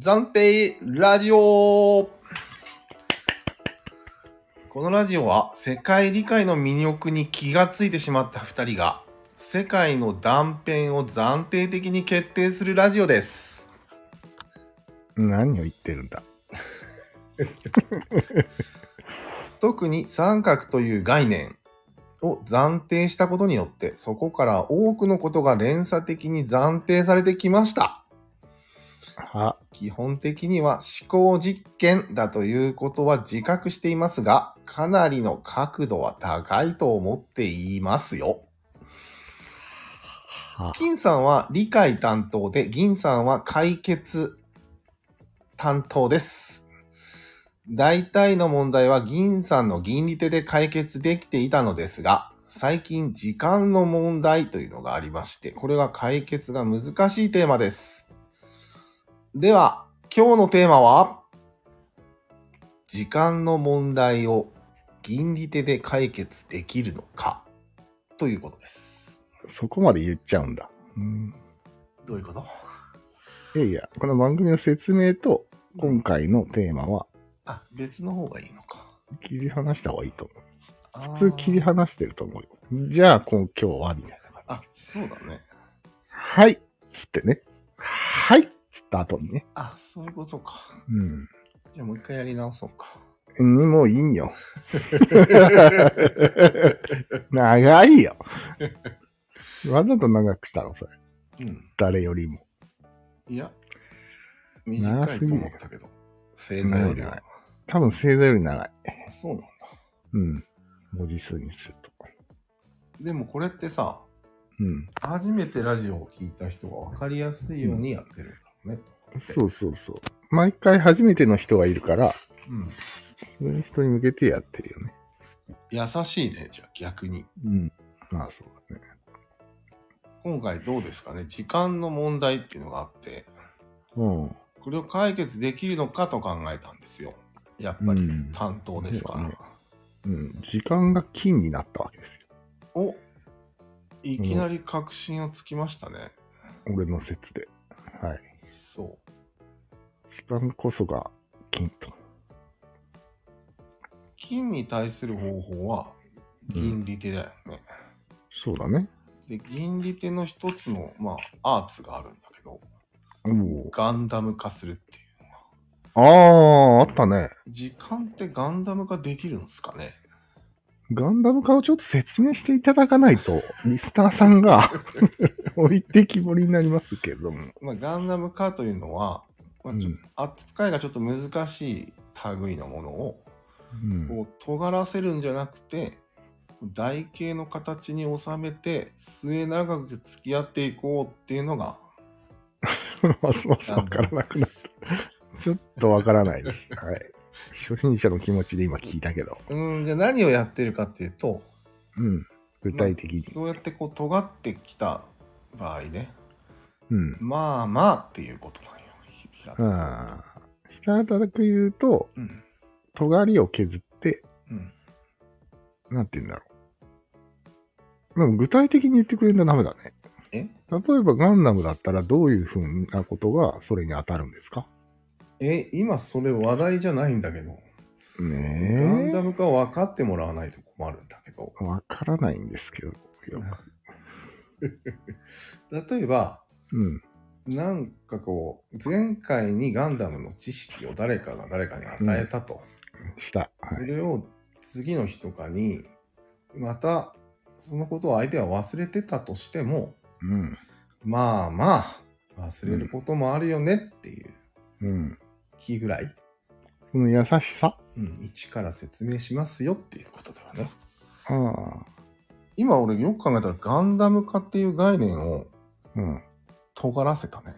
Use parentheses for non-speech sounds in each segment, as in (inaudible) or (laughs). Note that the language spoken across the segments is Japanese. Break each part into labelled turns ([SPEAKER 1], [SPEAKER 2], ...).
[SPEAKER 1] 暫定ラジオこのラジオは世界理解の魅力に気がついてしまった2人が世界の断片を暫定的に決定するラジオです。
[SPEAKER 2] 何を言ってるんだ
[SPEAKER 1] (laughs) 特に三角という概念を暫定したことによってそこから多くのことが連鎖的に暫定されてきました。
[SPEAKER 2] は、
[SPEAKER 1] 基本的には思考実験だということは自覚していますが、かなりの角度は高いと思っていますよ。
[SPEAKER 2] は、
[SPEAKER 1] 金さんは理解担当で、銀さんは解決担当です。大体の問題は銀さんの銀利手で解決できていたのですが、最近時間の問題というのがありまして、これは解決が難しいテーマです。では、今日のテーマは、時間の問題を銀利手で解決できるのかということです。
[SPEAKER 2] そこまで言っちゃうんだ。うん。
[SPEAKER 1] どういうこと
[SPEAKER 2] いやいや、この番組の説明と今回のテーマは
[SPEAKER 1] あ、別の方がいいのか。
[SPEAKER 2] 切り離した方がいいと思
[SPEAKER 1] あ
[SPEAKER 2] う。普通切り離してると思うよ。じゃあ、こう今日はみたいな感じ。
[SPEAKER 1] あ、そうだね。
[SPEAKER 2] はいっつってね。はいっつった後にね。
[SPEAKER 1] あ、そういうことか。
[SPEAKER 2] うん。
[SPEAKER 1] じゃあもう一回やり直そうか。
[SPEAKER 2] うん、もういいよ。長いよ。わざと長くしたの、それ。
[SPEAKER 1] うん。
[SPEAKER 2] 誰よりも。
[SPEAKER 1] いや、短いと思ったけど。正解よりは。
[SPEAKER 2] 多分星座より長い。
[SPEAKER 1] あそうなんだ。
[SPEAKER 2] うん。文字数にすると。
[SPEAKER 1] でもこれってさ、
[SPEAKER 2] うん。
[SPEAKER 1] 初めてラジオを聞いた人が分かりやすいようにやってるんだろうね。
[SPEAKER 2] そうそうそう。毎回初めての人がいるから、
[SPEAKER 1] うん。
[SPEAKER 2] そういう人に向けてやってるよね。
[SPEAKER 1] 優しいね、じゃあ逆に。
[SPEAKER 2] うん。まあそうだね。
[SPEAKER 1] 今回どうですかね。時間の問題っていうのがあって、
[SPEAKER 2] うん。
[SPEAKER 1] これを解決できるのかと考えたんですよ。やっぱり
[SPEAKER 2] うん
[SPEAKER 1] 担当ですから。
[SPEAKER 2] そうだねうん。時間が金になったわけです
[SPEAKER 1] おいきなり確信をつきましたね。
[SPEAKER 2] よ。俺の説で。はい。
[SPEAKER 1] そ
[SPEAKER 2] 時間こそが金と。
[SPEAKER 1] う。金に対する方法は銀利手だよね。
[SPEAKER 2] そうだね。
[SPEAKER 1] で、銀利手の一つの、まあ、アーツがあるんだけど、
[SPEAKER 2] おお。
[SPEAKER 1] ガンダム化するっていう。
[SPEAKER 2] ああ、あったね。
[SPEAKER 1] 時間ってガンダム化できるんですかね
[SPEAKER 2] ガンダム化をちょっと説明していただかないと、ミスターさんが置いてきぼりになりますけども。
[SPEAKER 1] まあ、ガンダム化というのは、まあ、ちょっと扱いがちょっと難しい類のものを、
[SPEAKER 2] うん。
[SPEAKER 1] こう尖らせるんじゃなくて台形の形に収めて末長く付き合っていこうっていうのが
[SPEAKER 2] ますますわからなくなるちょっとわからないです。はい。初心者の気持ちで今聞いたけど。
[SPEAKER 1] うんじゃあ何をやってるかっていうと
[SPEAKER 2] うん。具体的に
[SPEAKER 1] まあ。そうやってこう尖ってきた場合ね
[SPEAKER 2] うん。
[SPEAKER 1] まあまあっていうことなんよひ平田
[SPEAKER 2] ああ。下働く言うと、
[SPEAKER 1] うん
[SPEAKER 2] 尖りを削って、
[SPEAKER 1] うん
[SPEAKER 2] なんて言うんだろう。でも具体的に言ってくれるのダメだね。
[SPEAKER 1] え
[SPEAKER 2] 例えばガンダムだったらどういうふうなことがそれに当たるんですか
[SPEAKER 1] え今それ話題じゃないんだけど、ガン
[SPEAKER 2] ね
[SPEAKER 1] ダム化分かってもらわないと困るんだけ
[SPEAKER 2] (laughs)
[SPEAKER 1] ど
[SPEAKER 2] え。わからないんですけど。
[SPEAKER 1] 例えば
[SPEAKER 2] うん。
[SPEAKER 1] なんかこう前回にガンダムの知識を誰かが誰かに与えたと、
[SPEAKER 2] 下。は
[SPEAKER 1] そ
[SPEAKER 2] い。
[SPEAKER 1] れを次の日とかにまたそのことを相手は忘れてたとしても
[SPEAKER 2] うん。
[SPEAKER 1] まあまあ忘れることもあるよねっていう
[SPEAKER 2] うん。
[SPEAKER 1] 気ぐらい、
[SPEAKER 2] その優しさ
[SPEAKER 1] うん、一から説明しますよっていうことだよね
[SPEAKER 2] ああ。
[SPEAKER 1] 今俺よく考えたらガンダム化っていう概念を
[SPEAKER 2] うん。
[SPEAKER 1] 尖らせたね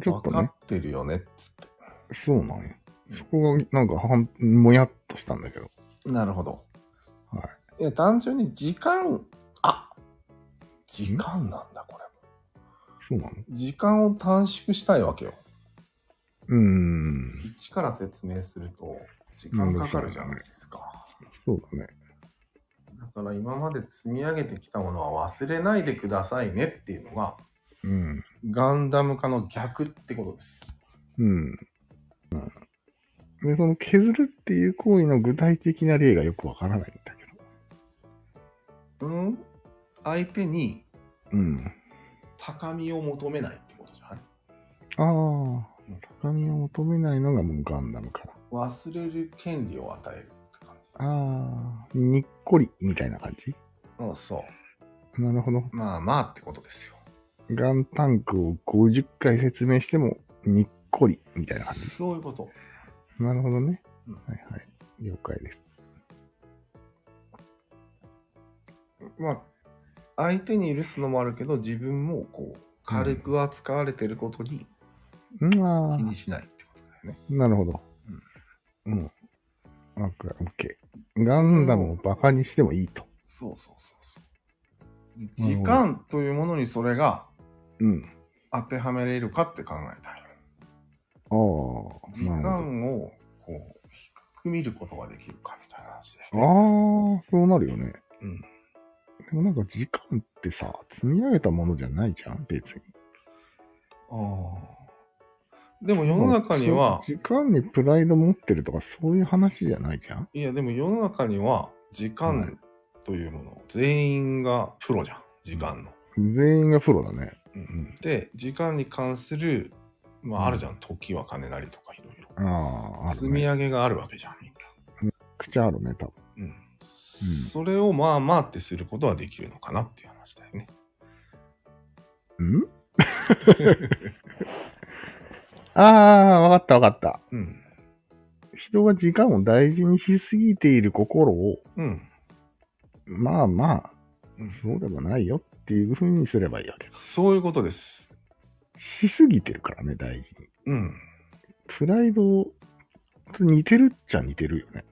[SPEAKER 2] ちょっと
[SPEAKER 1] 分か
[SPEAKER 2] ね。
[SPEAKER 1] ってるよねっつって
[SPEAKER 2] そうなんや。そこがなんかはん、もやっとしたんだけど。
[SPEAKER 1] なるほど。。
[SPEAKER 2] はい
[SPEAKER 1] や、単純に時間、あ時間なんだ、これ。
[SPEAKER 2] そうなの
[SPEAKER 1] 時間を短縮したいわけよ。
[SPEAKER 2] うーん。
[SPEAKER 1] 一から説明すると、時間かかるじゃないですか。
[SPEAKER 2] そうだね。
[SPEAKER 1] だから今まで積み上げてきたものは忘れないでくださいねっていうのが、
[SPEAKER 2] うん。
[SPEAKER 1] ガンダム化の逆ってことです。
[SPEAKER 2] うん。うんで、その削るっていう行為の具体的な例がよくわからないんだけど。
[SPEAKER 1] うん相手に
[SPEAKER 2] うん。
[SPEAKER 1] 高みを求めないってことじゃない
[SPEAKER 2] ああ、高みを求めないのがもうガンダムから。
[SPEAKER 1] 忘れる権利を与えるって感じですよ。
[SPEAKER 2] ああ、にっこりみたいな感じ
[SPEAKER 1] そうそ
[SPEAKER 2] なるほど。
[SPEAKER 1] う。まあまあってことですよ。
[SPEAKER 2] ガンタンクを50回説明してもにっこりみたいな感じ。
[SPEAKER 1] そういうこと。
[SPEAKER 2] なるほどね。
[SPEAKER 1] うん
[SPEAKER 2] はいはい。了解です。
[SPEAKER 1] まあ、相手に許すのもあるけど、自分もこう、軽く扱われてることに
[SPEAKER 2] うん、あ
[SPEAKER 1] 気
[SPEAKER 2] あ
[SPEAKER 1] にしないってことだよね。
[SPEAKER 2] なるほど。うん。うん。オッケー。ガンダムをバカにしてもいいと。
[SPEAKER 1] そうそうそうそう。
[SPEAKER 2] な
[SPEAKER 1] 時
[SPEAKER 2] るほど
[SPEAKER 1] 間というものにそれが
[SPEAKER 2] うん。
[SPEAKER 1] 当てはめれるかって考えたい。
[SPEAKER 2] ああ、
[SPEAKER 1] 時
[SPEAKER 2] なるほど。
[SPEAKER 1] 間をこう低く見ることができるかみたいな話で、
[SPEAKER 2] ああ、そうなるよね。
[SPEAKER 1] うん。
[SPEAKER 2] でもなんか時間ってさ、積み上げたものじゃないじゃん、別に。
[SPEAKER 1] でも世の中には、
[SPEAKER 2] 時間にプライド持ってるとかそういう話じゃないじゃん。
[SPEAKER 1] いやでも世の中には時
[SPEAKER 2] はい
[SPEAKER 1] 間というもの、全員がプロじゃん、時間の。
[SPEAKER 2] 全員がプロだね。
[SPEAKER 1] うんで、時間に関する、ま
[SPEAKER 2] うん
[SPEAKER 1] ああるじゃん、時は金なりとかいろいろ。
[SPEAKER 2] ああ、あ
[SPEAKER 1] 積
[SPEAKER 2] る
[SPEAKER 1] み
[SPEAKER 2] ね。
[SPEAKER 1] 上げがあるわけじゃん、みんな。
[SPEAKER 2] くちゃあるね、多分。
[SPEAKER 1] うん。それをまあまあってすることはできるのかなっていう話だよね。 (laughs)
[SPEAKER 2] んああ、わかったわかった。
[SPEAKER 1] うん。
[SPEAKER 2] 人が時間を大事にしすぎている心を、
[SPEAKER 1] うん。
[SPEAKER 2] まあまあ、
[SPEAKER 1] うん
[SPEAKER 2] そうでもないよっていうふうにすればいいわけで
[SPEAKER 1] そういうことです。
[SPEAKER 2] す。しすぎてるからね、大事に。
[SPEAKER 1] うん。
[SPEAKER 2] プライドと似てるっちゃ似てるよね。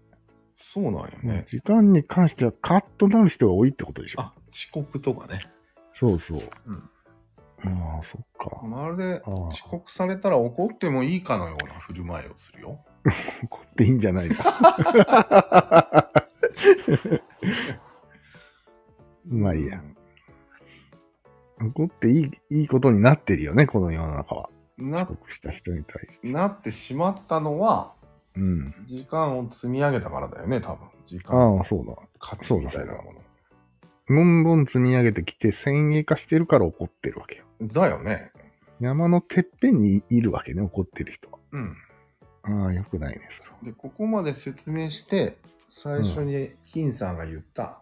[SPEAKER 1] そうなんよね。
[SPEAKER 2] 時間に関してはカッとなる人が多いってことでしょ。
[SPEAKER 1] あ、遅刻とかね。
[SPEAKER 2] そうそう。
[SPEAKER 1] うん
[SPEAKER 2] ああ、そっか。
[SPEAKER 1] まるで
[SPEAKER 2] ああ
[SPEAKER 1] 遅刻されたら怒ってもいいかのような振る舞いをするよ。
[SPEAKER 2] 怒っていいんじゃないか。
[SPEAKER 1] (laughs)
[SPEAKER 2] まあいいや。怒っていいいいことになってるよね、この世の中は。
[SPEAKER 1] な
[SPEAKER 2] 遅、刻した人に対して。
[SPEAKER 1] なってしまったのは、
[SPEAKER 2] うん。
[SPEAKER 1] 時間を積み上げたからだよね、多分。時間
[SPEAKER 2] ああ、そうだ。
[SPEAKER 1] 価値みたいなも
[SPEAKER 2] どんどん積み上げてきて、先鋭化してるから怒ってるわけよ。
[SPEAKER 1] の。だよね。
[SPEAKER 2] 山のてっぺんにいるわけね、怒ってる人は。
[SPEAKER 1] うん。
[SPEAKER 2] ああ、よくないです。
[SPEAKER 1] で、ここまで説明して、最初に金さんが言った、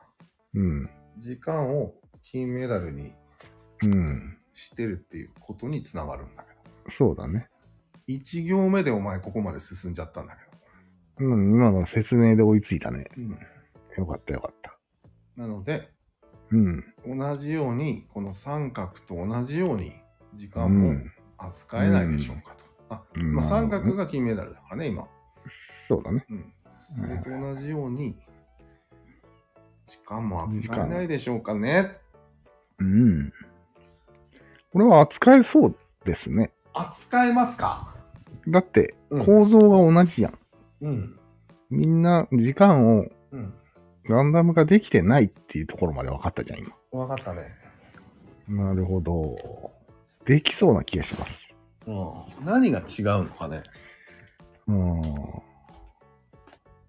[SPEAKER 2] うん。
[SPEAKER 1] 時間を金メダルに
[SPEAKER 2] うん。
[SPEAKER 1] してるっていうことにつながるんだけど。
[SPEAKER 2] そうだね。
[SPEAKER 1] 1行目でお前ここまで進んじゃったんだけ
[SPEAKER 2] うん、今の説明で追いついたね。
[SPEAKER 1] ど。うん。
[SPEAKER 2] よかったよかった。
[SPEAKER 1] なので、
[SPEAKER 2] うん。
[SPEAKER 1] 同じようにこの三角と同じように時
[SPEAKER 2] う
[SPEAKER 1] 間も
[SPEAKER 2] ん。
[SPEAKER 1] 扱えないでしょうかと。あ
[SPEAKER 2] うん
[SPEAKER 1] まあ、
[SPEAKER 2] なるほ
[SPEAKER 1] 三
[SPEAKER 2] どね
[SPEAKER 1] 角が金メダルだからね今、
[SPEAKER 2] そうだね。
[SPEAKER 1] うん。それと同じように時間も扱えないでしょうかね。
[SPEAKER 2] うん。これは扱えそうですね。
[SPEAKER 1] 扱えますか
[SPEAKER 2] だって、
[SPEAKER 1] うん
[SPEAKER 2] 構造が同じやん。
[SPEAKER 1] うん。
[SPEAKER 2] みんな時間を
[SPEAKER 1] うん。
[SPEAKER 2] ガンダムができてないっていうところまで分かったじゃん、今。
[SPEAKER 1] わかったね。
[SPEAKER 2] なるほど。できそうな気がします。
[SPEAKER 1] うん、何が違うのかね。
[SPEAKER 2] うん。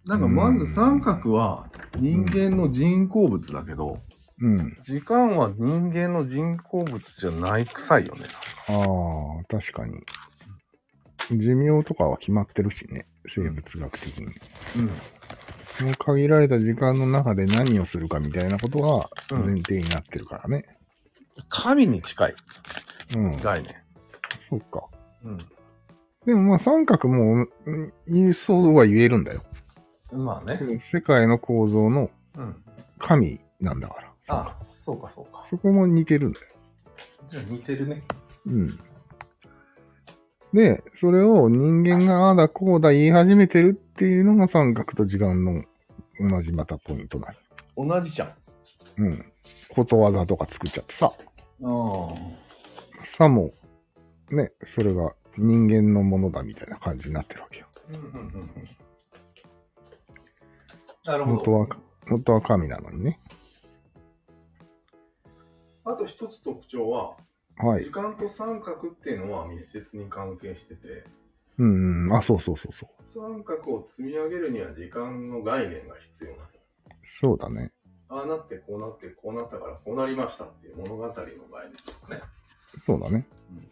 [SPEAKER 1] なんかまず三角は人間の人工物だけど、
[SPEAKER 2] うん。
[SPEAKER 1] 時間は人間の人工物じゃない臭いよね。
[SPEAKER 2] ああ、確かに。寿命とかは決まってるしね。生物学的に。
[SPEAKER 1] うん。
[SPEAKER 2] その限られた時間の中で何をするかみたいなことが
[SPEAKER 1] うん
[SPEAKER 2] 前提になってるからね。
[SPEAKER 1] 神に近い
[SPEAKER 2] うん。
[SPEAKER 1] 概念。
[SPEAKER 2] そうか。
[SPEAKER 1] う
[SPEAKER 2] でもまあ三角も、うん言うそうは言えるんだよ。
[SPEAKER 1] ん。まあね。
[SPEAKER 2] 世界の構造の
[SPEAKER 1] うん。
[SPEAKER 2] 神なんだから。
[SPEAKER 1] あ、そうかそうか。
[SPEAKER 2] そこも似てるんだよ。
[SPEAKER 1] じゃあ似てるね。
[SPEAKER 2] うん。で、それを人間がああだこうだ言い始めてるっていうのが三角と時間の同じまたポイントな
[SPEAKER 1] 同じじゃん。あ
[SPEAKER 2] の。うん。ことわざとか作っちゃってさ。
[SPEAKER 1] あ。
[SPEAKER 2] さも、ね、それが人間のものだみたいな感じになってるわけよ。
[SPEAKER 1] うんうんうんうん。なるほ
[SPEAKER 2] 元
[SPEAKER 1] ど。
[SPEAKER 2] は、元は神なのにね。
[SPEAKER 1] あと一つ特徴は、
[SPEAKER 2] はい
[SPEAKER 1] 時。間と三角っていうのは密接に関係してて、
[SPEAKER 2] うんうん。あ、そうそうそうそう。
[SPEAKER 1] 三角を積み上げるには時間の概念が必要なの。
[SPEAKER 2] そうだね。
[SPEAKER 1] ああなってこうなってこうなったからこうなりましたっていう物語の概念とかね。
[SPEAKER 2] そうだね
[SPEAKER 1] うん。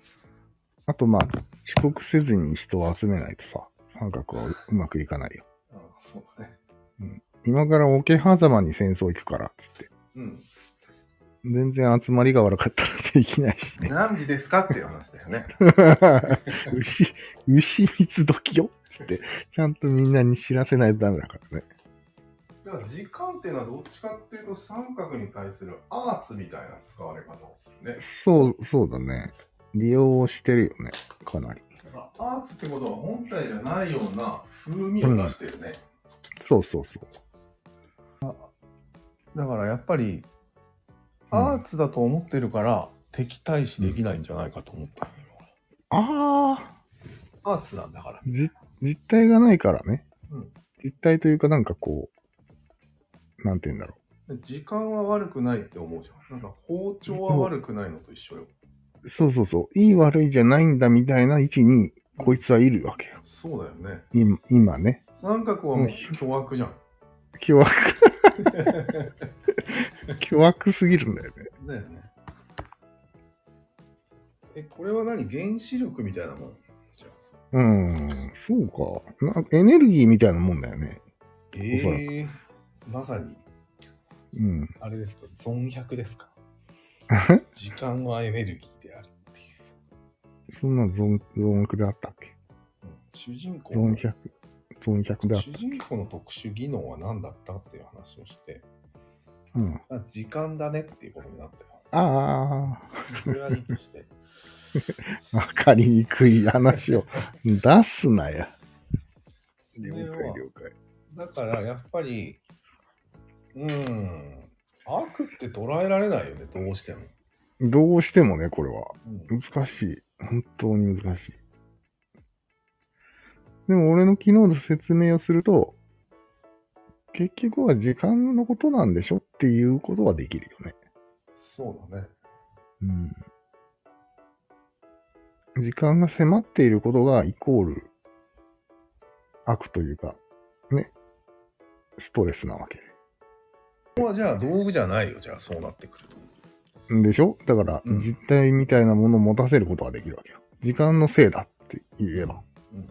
[SPEAKER 2] あと、まあ、遅刻せずに人を集めないとさ、三角はうまくいかないよ。
[SPEAKER 1] ああそうだね。
[SPEAKER 2] 今から桶狭間に戦争行くから、つって。
[SPEAKER 1] うん。
[SPEAKER 2] 全然集まりが悪かったらできないしね。
[SPEAKER 1] 何時ですかっていう話だよね。
[SPEAKER 2] (laughs) 牛、牛蜜時よって、ちゃんとみんなに知らせないとダメだからね。
[SPEAKER 1] (laughs) だから時間っていうのはどっちかっていうと三角に対するアーツみたいな使われ方をするね。
[SPEAKER 2] そう、そうだね。利用をしてるよね。かなり。
[SPEAKER 1] だからアーツってことは本体じゃないような風味を出してるね。
[SPEAKER 2] そうそうそう。
[SPEAKER 1] だからやっぱりアーツだと思ってるから敵対視できないんじゃないかと思った、よね
[SPEAKER 2] あ
[SPEAKER 1] 今アーツなんだから。
[SPEAKER 2] ー、じ、実体がないからね。
[SPEAKER 1] うん
[SPEAKER 2] 実体というか、なんかこう、なんて言うんだろ
[SPEAKER 1] 時間は悪くないって思うじゃん。なんか包丁は悪くないのと一緒よ。
[SPEAKER 2] う。そうそうそう。いい悪いじゃないんだみたいな位置に、こいつはいるわけよ。
[SPEAKER 1] そうだよね。
[SPEAKER 2] 今、今ね。
[SPEAKER 1] 三角はもう巨悪じゃん。
[SPEAKER 2] 凶
[SPEAKER 1] (laughs)
[SPEAKER 2] 悪。凶悪すぎるんだよね。
[SPEAKER 1] だよね。え、これは何原子力みたいなもんじゃあ
[SPEAKER 2] うーん、そうか。なエネルギーみたいなもんだよね。
[SPEAKER 1] ええまさに、
[SPEAKER 2] うん。 (laughs)
[SPEAKER 1] あれですか、ゾン100ですか。時間はエネルギーであるっていう。
[SPEAKER 2] そんなゾン、ゾンクであったっけ
[SPEAKER 1] うん主人公
[SPEAKER 2] ゾン100、ゾン100であっ
[SPEAKER 1] 主人公の特殊技能は何だったっていう話をして、
[SPEAKER 2] た。うん。
[SPEAKER 1] あ時間だねっていうことになったよ。
[SPEAKER 2] (laughs) あ
[SPEAKER 1] それはいいとして。
[SPEAKER 2] あ、 (laughs) わかりにくい話を出すなや。
[SPEAKER 1] それは
[SPEAKER 2] 解。
[SPEAKER 1] だからやっぱり、うーん、悪って捉えられないよね、どうしても。
[SPEAKER 2] どうしてもね、これは。
[SPEAKER 1] うん
[SPEAKER 2] 難しい。本当に難しい。でも俺の昨日の説明をすると、結局は時間のことなんでしょっていうことはできるよね。
[SPEAKER 1] そうだね。
[SPEAKER 2] うん。時間が迫っていることがイコール悪というか、ね、ストレスなわけ
[SPEAKER 1] ここはじゃあ道具じゃないよ、じゃあそうなってくると。
[SPEAKER 2] でしょだから、
[SPEAKER 1] うん
[SPEAKER 2] 実体みたいなものを持たせることができるわけよ。時間のせいだって言えば。
[SPEAKER 1] うん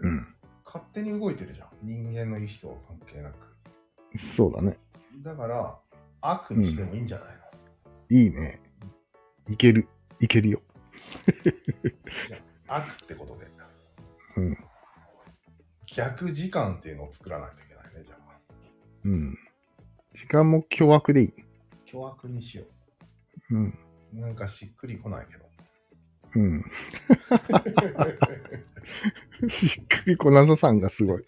[SPEAKER 2] うん。
[SPEAKER 1] 勝手に動いてるじゃん。人間の意思とは関係なく。
[SPEAKER 2] そうだね。
[SPEAKER 1] だから、悪にしてもいいんじゃないの、
[SPEAKER 2] いいね。いける。いけるよ。
[SPEAKER 1] 悪ってことで。
[SPEAKER 2] うん
[SPEAKER 1] 逆時間っていうのを作らないといけないね、じゃあ。
[SPEAKER 2] うん。時間も凶悪でいい。
[SPEAKER 1] 凶悪にしよ
[SPEAKER 2] うん。
[SPEAKER 1] う。なんかしっくりこ
[SPEAKER 2] (laughs)
[SPEAKER 1] ないけど。
[SPEAKER 2] うん。 (laughs) しっくりこなささんがすごい。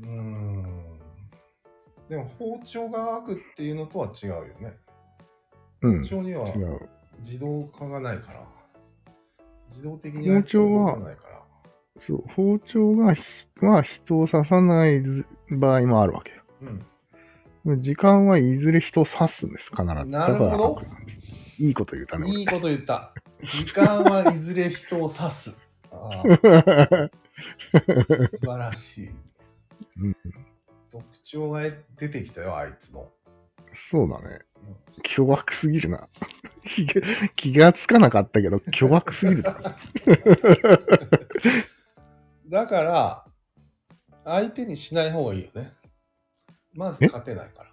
[SPEAKER 1] うーん。でも包丁が悪っていうのとは違うよね。
[SPEAKER 2] うん。
[SPEAKER 1] 包
[SPEAKER 2] 違
[SPEAKER 1] 丁には
[SPEAKER 2] う。
[SPEAKER 1] 自動化がないから。自動的に
[SPEAKER 2] 包丁は
[SPEAKER 1] やつ動かないから。
[SPEAKER 2] そう。包丁がひ、は人を刺さない場合もあるわけよ。
[SPEAKER 1] うん。
[SPEAKER 2] 時間はいずれ人を刺すんです、必ず。
[SPEAKER 1] なるほど
[SPEAKER 2] だから悪なんですいいこと言うたね、俺
[SPEAKER 1] いいこと言った。時間はいずれ人を指す。ああ素晴らしい
[SPEAKER 2] うん。
[SPEAKER 1] 特徴が出てきたよ、あいつの。
[SPEAKER 2] (laughs) そうだね。巨悪すぎるな。 (laughs) 気が気がつかなかったけど、巨悪すぎ
[SPEAKER 1] (laughs)
[SPEAKER 2] るな。
[SPEAKER 1] だから、相手にしない方がいいよね。まず勝てないから。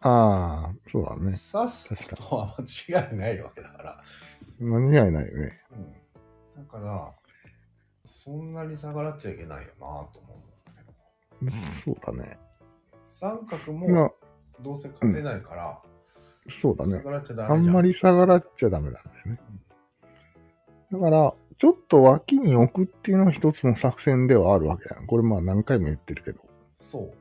[SPEAKER 2] ああ、そうだね
[SPEAKER 1] 刺。すことは間違いないわけだから。
[SPEAKER 2] 間違いないよね。
[SPEAKER 1] うん、だから、そんなに逆らっちゃいけないよなと思うんだけど。
[SPEAKER 2] そうだね。
[SPEAKER 1] 三角も
[SPEAKER 2] 今、
[SPEAKER 1] どうせ勝てないから、
[SPEAKER 2] そうだね。
[SPEAKER 1] 逆らっちゃダ
[SPEAKER 2] あ
[SPEAKER 1] メ
[SPEAKER 2] ん
[SPEAKER 1] じゃん。
[SPEAKER 2] まり下がらっちゃダメなんだよね。だから、ちょっと脇に置くっていうのは一つの作戦ではあるわけだよ。これまあ何回も言ってるけど、
[SPEAKER 1] そ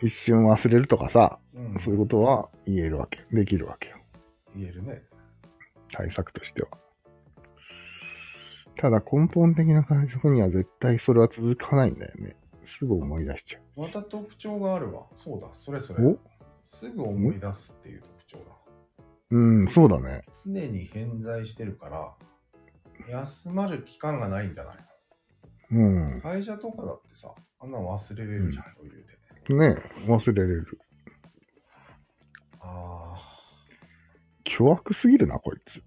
[SPEAKER 2] 一瞬忘れるとかさ、
[SPEAKER 1] う。うん
[SPEAKER 2] そういうことは言えるわけ。できるわけよ。
[SPEAKER 1] 言えるね。
[SPEAKER 2] 対策としては。ただ根本的な対策には絶対それは続かないんだよね。すぐ思い出しちゃ
[SPEAKER 1] また特徴があるわ。そうだ、それそれ
[SPEAKER 2] う。。
[SPEAKER 1] すぐ思い出すっていう特徴だ。
[SPEAKER 2] うん、そうだね。
[SPEAKER 1] 常に偏在してるから、休まる期間がないんじゃない
[SPEAKER 2] うん。ね
[SPEAKER 1] 会社とかだってさ、あんなの忘れれるじゃん、余裕で。
[SPEAKER 2] 忘れれる。
[SPEAKER 1] あ
[SPEAKER 2] 巨悪すぎるな、こいつ。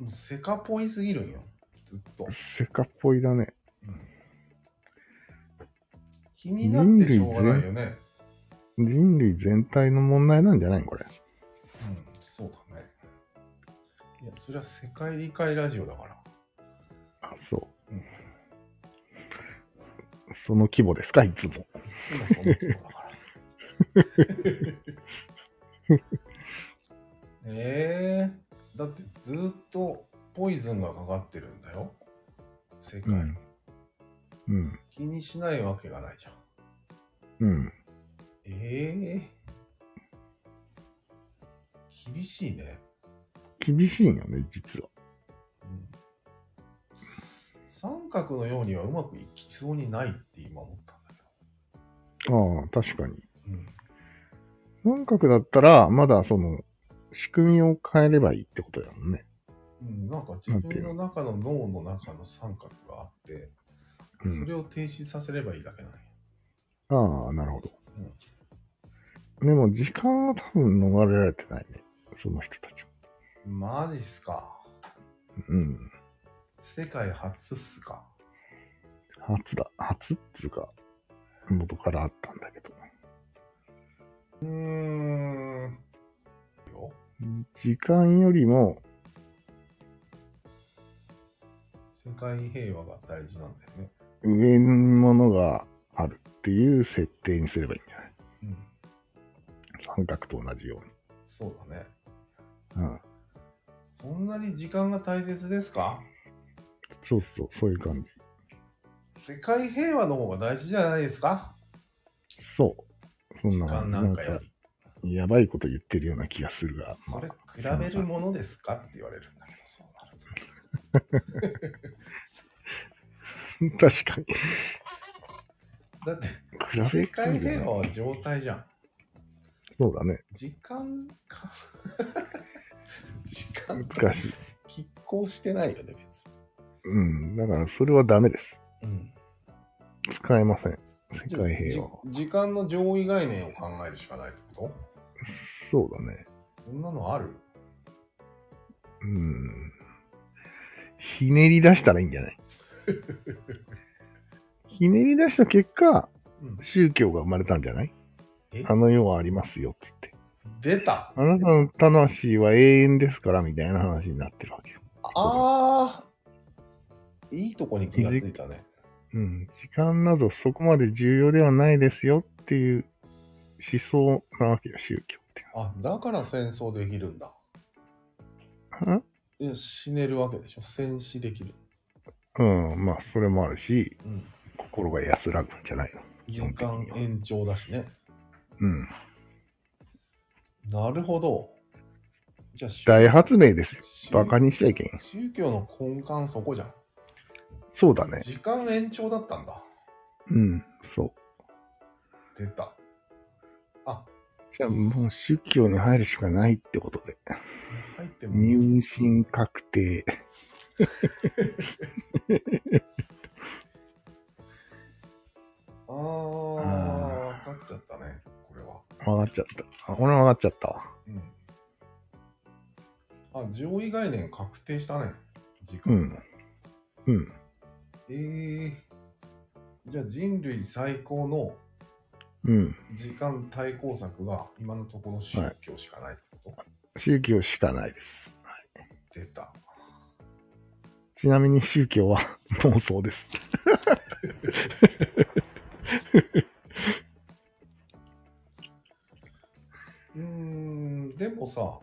[SPEAKER 1] あ、もうセカぽいすぎるんよ、ずっと。
[SPEAKER 2] セカっぽいだね。
[SPEAKER 1] 気になってしょうがないよね。
[SPEAKER 2] 人類全体の問題なんじゃないこれ。
[SPEAKER 1] うん、そうだね。いや、それは世界理解ラジオだから。
[SPEAKER 2] あ、そう
[SPEAKER 1] うん。
[SPEAKER 2] その規模ですか、いつも。
[SPEAKER 1] いつもそんなことだから。 (laughs) ええだってずっとポイズンがかかってるんだよ。世界に。
[SPEAKER 2] うんうん。
[SPEAKER 1] 気にしないわけがないじゃん。
[SPEAKER 2] うん。
[SPEAKER 1] ええ厳しいね。
[SPEAKER 2] 厳しいよね、実は。
[SPEAKER 1] うん三角のようにはうまくいきそうにないって今思ったんだけ
[SPEAKER 2] ああ、確かに。
[SPEAKER 1] ど。うん
[SPEAKER 2] 三角だったら、まだその、仕組みを変えればいいってことだもんね。
[SPEAKER 1] うん、なんか自分の中の脳の中の三角があって、
[SPEAKER 2] う
[SPEAKER 1] そ
[SPEAKER 2] ん。
[SPEAKER 1] れを停止させればいいだけなんや。
[SPEAKER 2] ああ、なるほど。でも、時間は多分逃れられてないね。その人たちは。
[SPEAKER 1] マジっすか。
[SPEAKER 2] うん。
[SPEAKER 1] 世界初っすか。
[SPEAKER 2] 初だ。初っつうか、元からあったんだけど。
[SPEAKER 1] うーん。よ
[SPEAKER 2] 時間よりも、
[SPEAKER 1] 世界平和が大事なんだよね。
[SPEAKER 2] 上にものがあるっていう設定にすればいいんじゃない
[SPEAKER 1] うん。
[SPEAKER 2] 三角と同じよ
[SPEAKER 1] そうだね。
[SPEAKER 2] うに。うん。
[SPEAKER 1] そんなに時間が大切ですか
[SPEAKER 2] そうそう、そういう感じ。
[SPEAKER 1] 世界平和の方が大事じゃないですか
[SPEAKER 2] そう。そ
[SPEAKER 1] 時
[SPEAKER 2] んな
[SPEAKER 1] 間なんかより。
[SPEAKER 2] なんかやばいこと言ってるような気がするが、ま
[SPEAKER 1] そ
[SPEAKER 2] あ
[SPEAKER 1] れ、比べるものですかって言われるんだけど、そうなると。
[SPEAKER 2] (laughs) 確かに。
[SPEAKER 1] だって、
[SPEAKER 2] 比べ
[SPEAKER 1] 世
[SPEAKER 2] てみれば
[SPEAKER 1] 界平和は状態じゃん。
[SPEAKER 2] そうだね。
[SPEAKER 1] 時間か。 (laughs) 時間か。
[SPEAKER 2] 難しい。
[SPEAKER 1] 拮抗してないよね、別に。
[SPEAKER 2] うん。だから、それはダメです。
[SPEAKER 1] うん。
[SPEAKER 2] 使えません。世界平和。
[SPEAKER 1] じ時間の上位概念を考えるしかないってこ
[SPEAKER 2] そうだね。
[SPEAKER 1] とそんなのある
[SPEAKER 2] うん。ひねり出したらいいんじゃない
[SPEAKER 1] (laughs)
[SPEAKER 2] ひねり出した結果、
[SPEAKER 1] うん
[SPEAKER 2] 宗教が生まれたんじゃない
[SPEAKER 1] え
[SPEAKER 2] あの世はありますよってって。
[SPEAKER 1] 出た
[SPEAKER 2] あなたの魂は永遠ですからみたいな話になってるわけよ。
[SPEAKER 1] あーいいとこに気がついたね。
[SPEAKER 2] うん。時間などそこまで重要ではないですよっていう思想なわけよ、宗教ってい
[SPEAKER 1] あ、だから戦争できるんだ。
[SPEAKER 2] うのは。
[SPEAKER 1] いや死ねるわけでしょ。戦死できる。
[SPEAKER 2] うん、まあ、それもあるし、
[SPEAKER 1] うん。
[SPEAKER 2] 心が安らぐんじゃないの。
[SPEAKER 1] 時間延長だしね。
[SPEAKER 2] うん。
[SPEAKER 1] なるほど。じゃあ、宗
[SPEAKER 2] 大発明ですよ。
[SPEAKER 1] 宗
[SPEAKER 2] バカにしちゃいけんよ。
[SPEAKER 1] 宗教の根幹そこじゃん。
[SPEAKER 2] そうだね。
[SPEAKER 1] 時間延長だったんだ。
[SPEAKER 2] うん、そう。
[SPEAKER 1] 出た。あ、
[SPEAKER 2] じゃあもう宗教に入るしかないってことで。
[SPEAKER 1] 入っても
[SPEAKER 2] 入信確定。
[SPEAKER 1] あー、分かっちゃったね、これは。
[SPEAKER 2] わかっちゃった。あ俺はわかっちゃったわ。
[SPEAKER 1] うん。あ、上位概念確定したね。時
[SPEAKER 2] う
[SPEAKER 1] 間。
[SPEAKER 2] ん。うん。
[SPEAKER 1] えー。じゃあ人類最高の
[SPEAKER 2] うん。
[SPEAKER 1] 時間対抗策が今のところ宗教しかないってこと、
[SPEAKER 2] 宗教しかないです。
[SPEAKER 1] 出た。
[SPEAKER 2] ちなみに宗教は妄想です。
[SPEAKER 1] うーん、でもさ、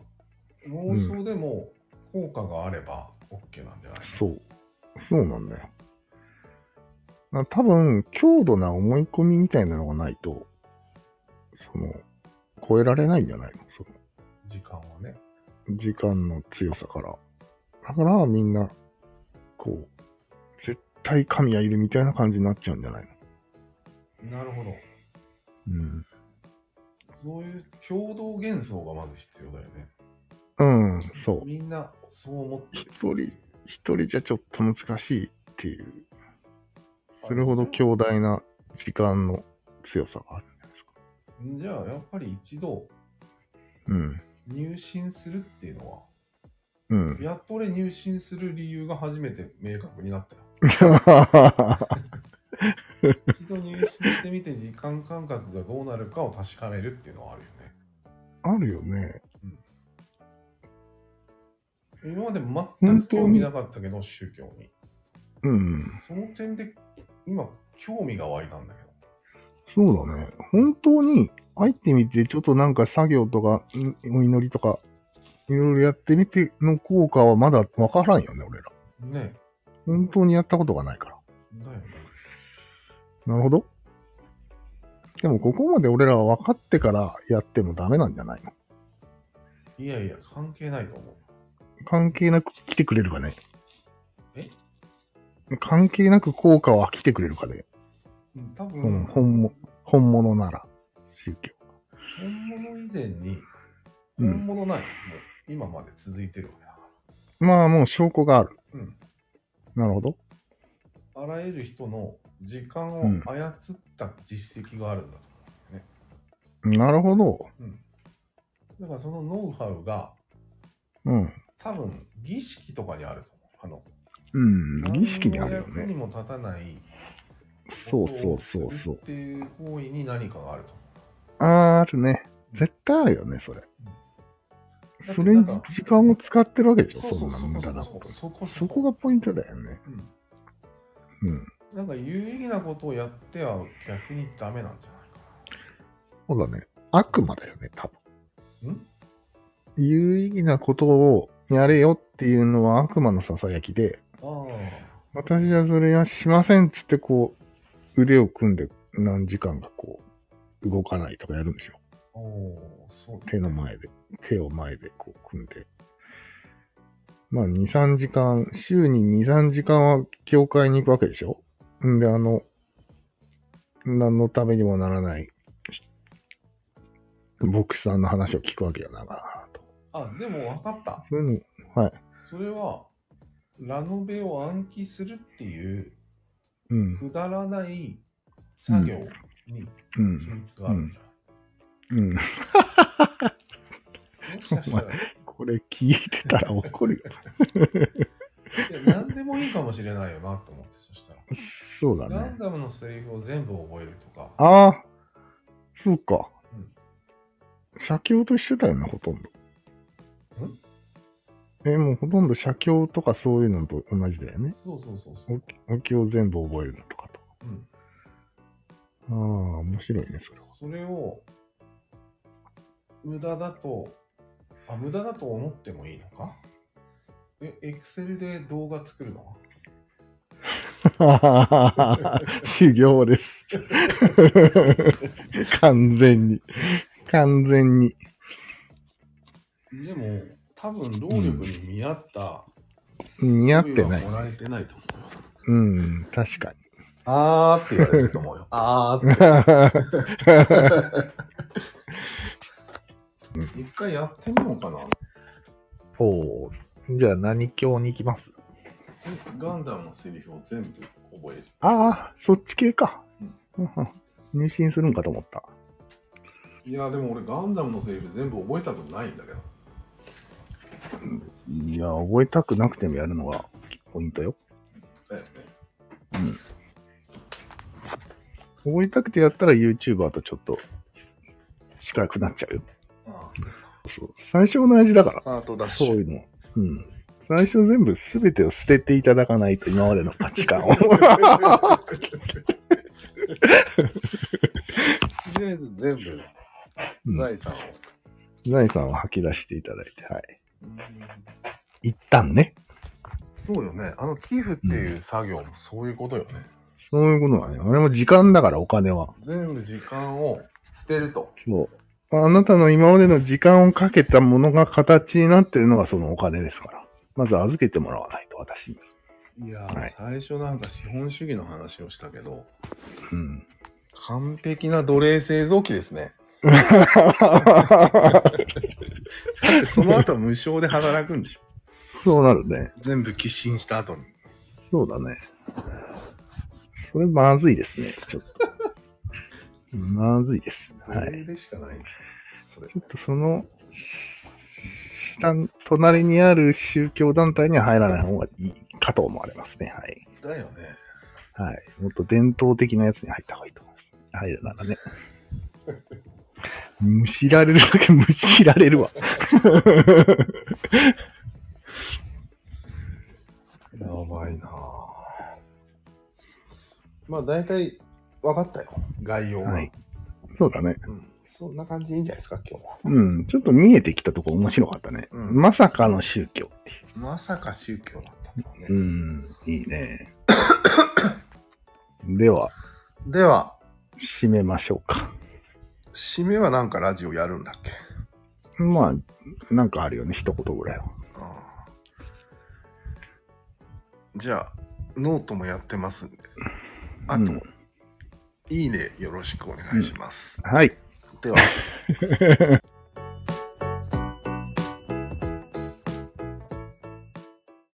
[SPEAKER 1] 妄想でも効果があれば OK なんじゃないの、
[SPEAKER 2] そう。そうなんだよ。まあ多分、強度な思い込みみたいなのがないと、その、超えられないんじゃないのその
[SPEAKER 1] 時間はね。
[SPEAKER 2] 時間の強さから。だからみんな、こう、絶対神がいるみたいな感じになっちゃうんじゃない
[SPEAKER 1] なるほど。
[SPEAKER 2] の
[SPEAKER 1] そういう共同幻想がまず必要だよね。
[SPEAKER 2] うん、そう。
[SPEAKER 1] みんなそう思ってる。
[SPEAKER 2] 一人、一人じゃちょっと難しいっていう、それほど強大な時間の強さがあるんじゃないですか。
[SPEAKER 1] じゃあ、やっぱり一度
[SPEAKER 2] うん、
[SPEAKER 1] 入信するっていうのは、
[SPEAKER 2] (laughs) うん。
[SPEAKER 1] やっと俺入信する理由が初めて明確にな
[SPEAKER 2] (laughs)
[SPEAKER 1] ったよ。一度入信してみて時間感覚がどうなるかを確かめるっていうのはあるよね。
[SPEAKER 2] あるよね。
[SPEAKER 1] 今まで全く興味なかったけど、宗教に。
[SPEAKER 2] うん。
[SPEAKER 1] その点で、今、興味が湧いたんだけど。
[SPEAKER 2] そうだね。本当に入ってみて、ちょっとなんか作業とか、んお祈りとか、いろいろやってみての効果はまだわからんよね、俺ら。
[SPEAKER 1] ね
[SPEAKER 2] 本当にやったことがないから。
[SPEAKER 1] え、だよね。
[SPEAKER 2] なるほど。でも、ここまで俺らは分かってからやってもダメなんじゃないの
[SPEAKER 1] いやいや、関係ないと思う。
[SPEAKER 2] 関係なく来てくれるかね
[SPEAKER 1] え
[SPEAKER 2] 関係なく効果は来てくれるかね、
[SPEAKER 1] うん多
[SPEAKER 2] う
[SPEAKER 1] 分、
[SPEAKER 2] ん、本物、本物なら、宗教。
[SPEAKER 1] 本物以前に、
[SPEAKER 2] うん
[SPEAKER 1] 本物ない、もう今まで続いてるわけだか
[SPEAKER 2] まあ、もう証拠がある。
[SPEAKER 1] ら。うん。
[SPEAKER 2] なるほど。
[SPEAKER 1] あらゆる人の時間を
[SPEAKER 2] うん
[SPEAKER 1] 操った実績があるんだと
[SPEAKER 2] なるほど。
[SPEAKER 1] 思う。うん。だからそのノウハウが、
[SPEAKER 2] うん。
[SPEAKER 1] 多分、儀式とかにあると思う。
[SPEAKER 2] う
[SPEAKER 1] あ
[SPEAKER 2] ん。
[SPEAKER 1] の、
[SPEAKER 2] 儀式にあるよ
[SPEAKER 1] 何の役に
[SPEAKER 2] ね。
[SPEAKER 1] も立たない、
[SPEAKER 2] そうそうそうそう
[SPEAKER 1] っていう行為に何かがあると思
[SPEAKER 2] あーあるね。絶対あるよね、それ。
[SPEAKER 1] う。だって
[SPEAKER 2] それ
[SPEAKER 1] な
[SPEAKER 2] に
[SPEAKER 1] んか
[SPEAKER 2] 時間を使ってるわけでし
[SPEAKER 1] そ
[SPEAKER 2] ょ、
[SPEAKER 1] うそ
[SPEAKER 2] そん
[SPEAKER 1] う
[SPEAKER 2] な
[SPEAKER 1] そ
[SPEAKER 2] 無
[SPEAKER 1] こそ
[SPEAKER 2] 駄な
[SPEAKER 1] こ
[SPEAKER 2] こと。
[SPEAKER 1] そこ
[SPEAKER 2] そこがポイントだよね。
[SPEAKER 1] うん
[SPEAKER 2] うん。
[SPEAKER 1] なんか有意義なことをやっては逆にダメなんじゃないか
[SPEAKER 2] そうだね。悪魔だよね、多分。
[SPEAKER 1] な。ん
[SPEAKER 2] 有意義なことをやれよっていうのは悪魔のささやきで、
[SPEAKER 1] あ
[SPEAKER 2] 私はそれはしませんっつってこう、腕を組んで何時間かこう、動かないとかやるんですよ。
[SPEAKER 1] あ、おーそうだね
[SPEAKER 2] 手の。前で、手を前でこう組んで。まあ2、3時間、週に2、3時間は教会に行くわけでしょんで、あの、何のためにもならない、牧師さんの話を聞くわけよながらと。
[SPEAKER 1] あ、でも分かった。
[SPEAKER 2] そういうの
[SPEAKER 1] それは、ラノベを暗記するっていう
[SPEAKER 2] うん、
[SPEAKER 1] くだらない作業に
[SPEAKER 2] うん
[SPEAKER 1] 秘。密があるんじゃない、
[SPEAKER 2] うん、
[SPEAKER 1] もしかしたら、い
[SPEAKER 2] これ聞いてたら怒るよ。
[SPEAKER 1] や何でもいいかもしれないよなと思って、そしたら。
[SPEAKER 2] そうだ
[SPEAKER 1] ラ
[SPEAKER 2] ね
[SPEAKER 1] ン。ダムのセリフを全部覚えるとか。
[SPEAKER 2] ああ、そうか
[SPEAKER 1] うん。
[SPEAKER 2] 写経と一緒だよね、ほとんど。
[SPEAKER 1] ん
[SPEAKER 2] え、もうほとんど写経とかそういうのと同じだよね。
[SPEAKER 1] そうそうそうそう。
[SPEAKER 2] おお経を全部覚えるのとかと。
[SPEAKER 1] うん、
[SPEAKER 2] ああ、面白いね、それ (laughs) は。
[SPEAKER 1] それを、無駄だと、あ、無駄だと思ってもいいのかえ、エクセルで動画作るの
[SPEAKER 2] 修行です。 (laughs) 完全に。完全に。
[SPEAKER 1] でも、多分労力に見合った、
[SPEAKER 2] 似合ってない
[SPEAKER 1] すごはもらえてないと思うよ。
[SPEAKER 2] うん、確かに。
[SPEAKER 1] あーって言われると思うよ。 (laughs) あーっ (laughs) て。一回やってみようかな。
[SPEAKER 2] おう。じゃあ何教に行きます
[SPEAKER 1] ガンダムのセリフを全部覚える。
[SPEAKER 2] ああ、そっち系か
[SPEAKER 1] うん。
[SPEAKER 2] うんうん入信するんかと思った。
[SPEAKER 1] いや、でも俺ガンダムのセリフ全部覚えたくないんだけど。
[SPEAKER 2] いや、覚えたくなくてもやるのがポイントよ。
[SPEAKER 1] だよね。
[SPEAKER 2] 覚えたくてやったら YouTuber とちょっと近くなっちゃうよ。
[SPEAKER 1] あ
[SPEAKER 2] そう最初同じだか
[SPEAKER 1] スタートダッ
[SPEAKER 2] ら、
[SPEAKER 1] シ
[SPEAKER 2] そう
[SPEAKER 1] ュ。
[SPEAKER 2] いうの。うん。最初全部全てを捨てていただかないと今までの価値観を。 (laughs)
[SPEAKER 1] とりあえず全部、
[SPEAKER 2] うん
[SPEAKER 1] 財産を。
[SPEAKER 2] 財産を吐き出していただいて、はい。
[SPEAKER 1] うん
[SPEAKER 2] 一旦ね。
[SPEAKER 1] そうよね。あの寄付っていう作業もそういうことよね。
[SPEAKER 2] そういうことはね、あれも時間だからお金は。
[SPEAKER 1] 全部時間を捨てると。
[SPEAKER 2] そう。あなたの今までの時間をかけたものが形になってるのがそのお金ですから。まず預けてもらわないと、私に。
[SPEAKER 1] いや
[SPEAKER 2] はい
[SPEAKER 1] 最初なんか資本主義の話をしたけど、
[SPEAKER 2] うん。
[SPEAKER 1] 完璧な奴隷製造機ですね。だってその後は無償で働くんでしょ。
[SPEAKER 2] そうなるね。
[SPEAKER 1] 全部寄進した後に。
[SPEAKER 2] そうだね。それまずいですね。ちょっと。まずいです。はい。
[SPEAKER 1] 奴隷でしかない。それ
[SPEAKER 2] ちょっとその、下、隣にある宗教団体には入らない方がいいかと思われますね。はい。
[SPEAKER 1] だよね。
[SPEAKER 2] はい。もっと伝統的なやつに入った方がいいと思います。入るならね。むしられるだけむしられるわ。
[SPEAKER 1] やば (laughs) いなぁまあ大体分かったよ。概要が。
[SPEAKER 2] はいそうだね。
[SPEAKER 1] うん、そんな感じでいいんじゃないですか、今日は。
[SPEAKER 2] うん。ちょっと見えてきたとこ面白かったね。
[SPEAKER 1] うん
[SPEAKER 2] まさかの宗教っていう。
[SPEAKER 1] まさか宗教だったとはね。
[SPEAKER 2] うん。いいね。
[SPEAKER 1] (coughs)
[SPEAKER 2] では、
[SPEAKER 1] では、
[SPEAKER 2] 締めましょうか。
[SPEAKER 1] 締めはなんかラジオやるんだっけ
[SPEAKER 2] まあ、なんかあるよね。一言ぐらいは。
[SPEAKER 1] ああじゃあ、ノートもやってますんで。あと、
[SPEAKER 2] うん
[SPEAKER 1] いいねよろしくお願いします。
[SPEAKER 2] はい。
[SPEAKER 1] では。